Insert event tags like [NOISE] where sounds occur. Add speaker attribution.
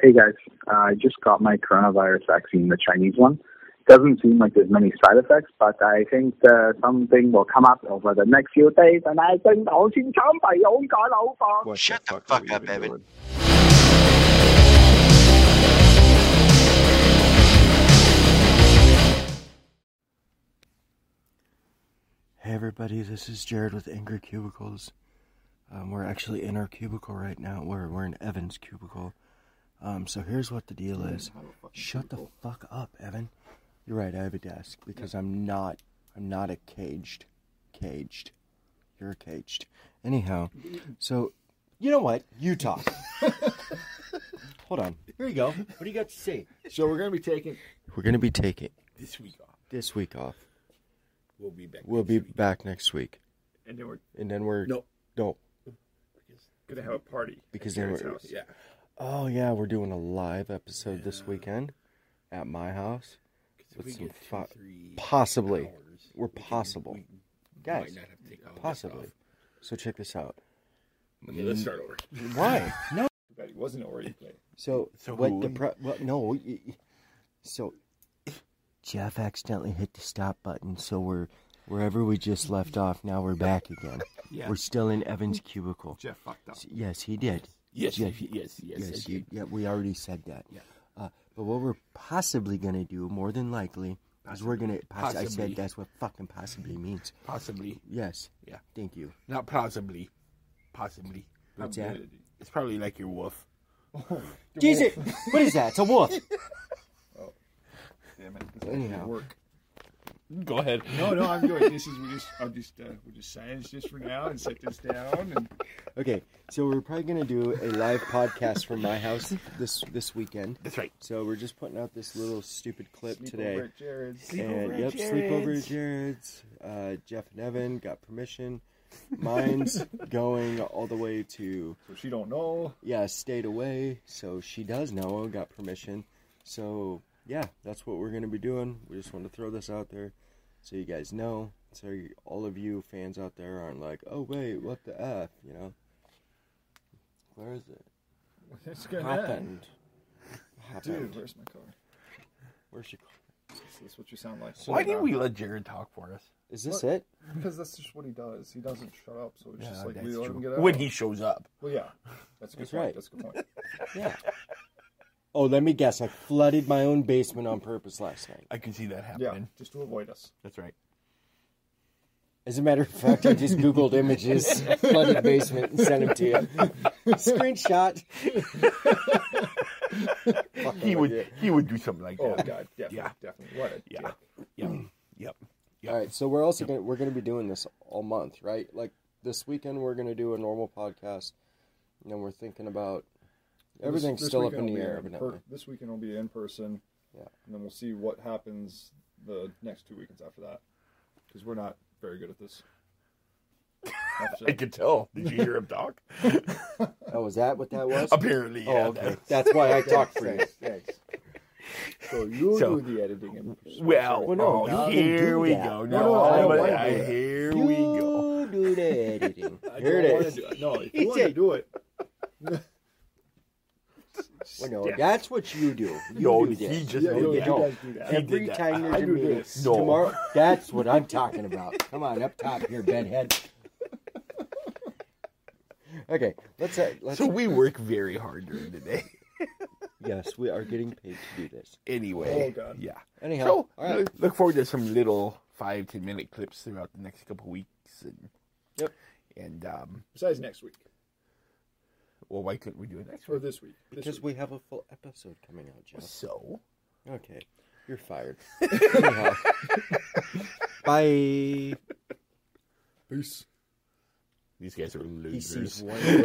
Speaker 1: Hey guys, Uh, I just got my coronavirus vaccine, the Chinese one. Doesn't seem like there's many side effects, but I think uh, something will come up over the next few days, and I think 我先參拜勇敢老伯。
Speaker 2: What
Speaker 3: Oh, Shut the
Speaker 2: fuck are we
Speaker 3: fuck up,
Speaker 2: even
Speaker 3: Evan.
Speaker 2: doing?
Speaker 4: Hey everybody, this is Jared with Angry Cubicles. Um, we're actually in our cubicle right now. We're we're in Evan's cubicle. Um, so here's what the deal is. Shut the fuck up, Evan. You're right. I have a desk because I'm not. I'm not a caged. Caged. You're caged. Anyhow, so you know what? You
Speaker 5: [LAUGHS]
Speaker 4: talk. Hold on.
Speaker 5: Here you go.
Speaker 4: What do you got to say?
Speaker 5: So we're gonna be taking
Speaker 4: We're gonna be taking
Speaker 5: this week off.
Speaker 4: this week off.
Speaker 5: We'll be back.
Speaker 4: We'll
Speaker 5: next
Speaker 4: be
Speaker 5: week.
Speaker 4: back next week,
Speaker 6: and then we're
Speaker 4: and then we're
Speaker 5: No.
Speaker 4: no
Speaker 6: gonna have a party at
Speaker 4: because then
Speaker 6: Jared's
Speaker 4: we're
Speaker 6: house.
Speaker 5: Yeah.
Speaker 4: Oh yeah, we're doing a live episode this weekend at my house.
Speaker 5: 'Cause if
Speaker 4: With
Speaker 5: we
Speaker 4: some
Speaker 5: get two,
Speaker 4: fi-
Speaker 5: three
Speaker 4: possibly.
Speaker 5: hours,
Speaker 4: We're
Speaker 5: we can-
Speaker 4: possible.
Speaker 5: we
Speaker 4: Guys,
Speaker 5: might not have to take all this
Speaker 4: possibly.
Speaker 5: off.
Speaker 4: So check this out.
Speaker 5: Okay, let's start over.
Speaker 4: Why? No.
Speaker 6: Too bad he wasn't already playing.
Speaker 5: [LAUGHS]
Speaker 4: So,
Speaker 5: So
Speaker 4: what
Speaker 5: who
Speaker 4: the
Speaker 5: won?
Speaker 4: pro- well, no. y- y- So Jeff accidentally hit the stop button. So we're wherever we just left off. Now we're back again.
Speaker 5: [LAUGHS]
Speaker 6: Yeah.
Speaker 4: We're still in Evan's cubicle.
Speaker 6: Jeff fucked up.
Speaker 4: S- Yes, he did.
Speaker 5: [LAUGHS] Yes,
Speaker 4: Yeah,
Speaker 5: yes, yes, yes.
Speaker 4: Yes,
Speaker 5: yes,
Speaker 4: you, yeah, we already said that.
Speaker 5: Yeah.
Speaker 4: Uh, but what we're possibly going to do, more than likely, is we're going to. Possi- I said
Speaker 5: Possibly.
Speaker 4: that's what fucking possibly means.
Speaker 5: Possibly.
Speaker 4: Yes.
Speaker 5: Yeah.
Speaker 4: Thank you.
Speaker 5: Not possibly. Possibly.
Speaker 4: What's that?
Speaker 5: It's probably like your wolf.
Speaker 4: Jesus! what is that? It's a wolf!
Speaker 6: Damn it. This
Speaker 4: Anyhow.
Speaker 6: didn't Work.
Speaker 5: Go ahead.
Speaker 6: No, no, I'm doing this. Is we just, I'm just, uh, we'll just silence this for now and set this down. And
Speaker 4: Okay, so we're probably going to do a live podcast from my house this this weekend.
Speaker 5: That's right.
Speaker 4: So we're just putting out this little stupid clip
Speaker 6: sleep
Speaker 4: today.
Speaker 6: over at Jared's.
Speaker 4: and yep, sleepover at Jared's. Uh, Jeff and Evan got permission.
Speaker 5: [LAUGHS]
Speaker 4: Mine's going all the way to
Speaker 6: So she don't know. [LAUGHS]
Speaker 4: yeah, stayed away. So she does know, got permission. So yeah, that's what we're gonna be doing. We just want to throw this out there, so you guys know. So you- all of you fans out there aren't like, oh wait, what the f, you know? Where is it?
Speaker 6: It's gonna happen.
Speaker 4: Happened.
Speaker 6: Dude,
Speaker 4: Happened.
Speaker 6: where's my car?
Speaker 4: Where's your car?
Speaker 6: This is what you sound like.
Speaker 5: Why didn't we let Jared talk for us?
Speaker 4: Is this
Speaker 6: What?
Speaker 4: it?
Speaker 6: Because that's just what he does. He doesn't shut up, so it's just
Speaker 5: Yeah,
Speaker 6: like we
Speaker 5: that's
Speaker 6: don't
Speaker 5: true.
Speaker 6: get out.
Speaker 5: When he shows up.
Speaker 6: well, yeah, that's a good
Speaker 4: That's
Speaker 6: point.
Speaker 4: right.
Speaker 6: That's a
Speaker 5: [LAUGHS]
Speaker 6: good point.
Speaker 4: Yeah. Oh, let me guess. I flooded my own basement on purpose last night.
Speaker 5: I can see that
Speaker 6: Yeah,
Speaker 5: happening.
Speaker 6: just to avoid us.
Speaker 5: That's [LAUGHS] right.
Speaker 4: As a matter of fact, I just Googled images, [LAUGHS] flooded basement, and sent them to you. Screenshot.
Speaker 5: He would he would do something like
Speaker 6: Oh
Speaker 5: that.
Speaker 6: God, definitely,
Speaker 5: Yeah.
Speaker 6: definitely. What? A
Speaker 5: Yeah.
Speaker 6: dick.
Speaker 5: Yep. Yep. Yep.
Speaker 4: All right, so we're also gonna, we're going to be doing this all month, right? Like this weekend, we're going to do a normal podcast, and then we're thinking about
Speaker 6: This-
Speaker 4: everything's
Speaker 6: this
Speaker 4: still up in
Speaker 6: weekend
Speaker 4: the
Speaker 6: will be
Speaker 4: air.
Speaker 6: in
Speaker 4: evidently.
Speaker 6: per- this weekend will be in person.
Speaker 4: Yeah.
Speaker 6: And then we'll see what happens the next two weekends after that, because we're not very good at this.
Speaker 4: [LAUGHS]
Speaker 5: I could tell. Did you hear him talk?
Speaker 4: Oh, is that
Speaker 5: [LAUGHS]
Speaker 4: what that was?
Speaker 5: Apparently.
Speaker 4: oh,
Speaker 5: yeah,
Speaker 4: okay.
Speaker 5: that's-
Speaker 4: That's why I talked for you.
Speaker 6: Thanks. thanks. So you
Speaker 5: So-
Speaker 6: do the editing. And
Speaker 5: Well,
Speaker 4: Well, no,
Speaker 5: oh,
Speaker 4: [LAUGHS] you can
Speaker 5: here
Speaker 4: do
Speaker 5: we
Speaker 4: that.
Speaker 5: go.
Speaker 4: No,
Speaker 5: No,
Speaker 6: no, I don't
Speaker 5: but
Speaker 6: wanna do
Speaker 5: I-
Speaker 6: that.
Speaker 5: [LAUGHS] here
Speaker 4: you
Speaker 5: we go.
Speaker 4: do the editing.
Speaker 6: [LAUGHS] I
Speaker 4: Here
Speaker 6: don't
Speaker 4: it
Speaker 6: wanna
Speaker 4: is.
Speaker 6: do it. No, if
Speaker 4: It's
Speaker 6: you want to
Speaker 4: it.
Speaker 6: do it,
Speaker 4: Well, no, that's what you do. You
Speaker 5: Yo,
Speaker 4: do
Speaker 5: he
Speaker 4: this.
Speaker 5: just
Speaker 6: Yeah,
Speaker 5: did
Speaker 6: yo,
Speaker 5: that.
Speaker 6: you guys do that.
Speaker 5: He did
Speaker 4: Every
Speaker 5: that.
Speaker 4: time
Speaker 5: I
Speaker 4: there's a
Speaker 5: do
Speaker 4: meeting.
Speaker 5: this. No.
Speaker 4: Tomorrow, that's what I'm talking about. Come on, up top
Speaker 5: [LAUGHS]
Speaker 4: here, bedhead. Okay, let's. Uh, let's
Speaker 5: So we work very hard during the day. [LAUGHS]
Speaker 4: yes, we are getting paid to do this.
Speaker 5: Anyway.
Speaker 6: Oh, God.
Speaker 5: Yeah.
Speaker 4: Anyhow,
Speaker 5: So
Speaker 4: all right.
Speaker 5: look- look forward to some little five, ten minute clips throughout the next couple weeks and
Speaker 4: Yep.
Speaker 5: and um
Speaker 6: besides next week
Speaker 5: well why couldn't we do it next
Speaker 6: or
Speaker 5: week?
Speaker 6: this week, this
Speaker 4: Because
Speaker 6: week.
Speaker 4: we have a full episode coming out, Jeff.
Speaker 5: So
Speaker 4: Okay, you're fired. Anyhow. Bye.
Speaker 5: these guys are
Speaker 4: He
Speaker 5: losers.
Speaker 4: sees one.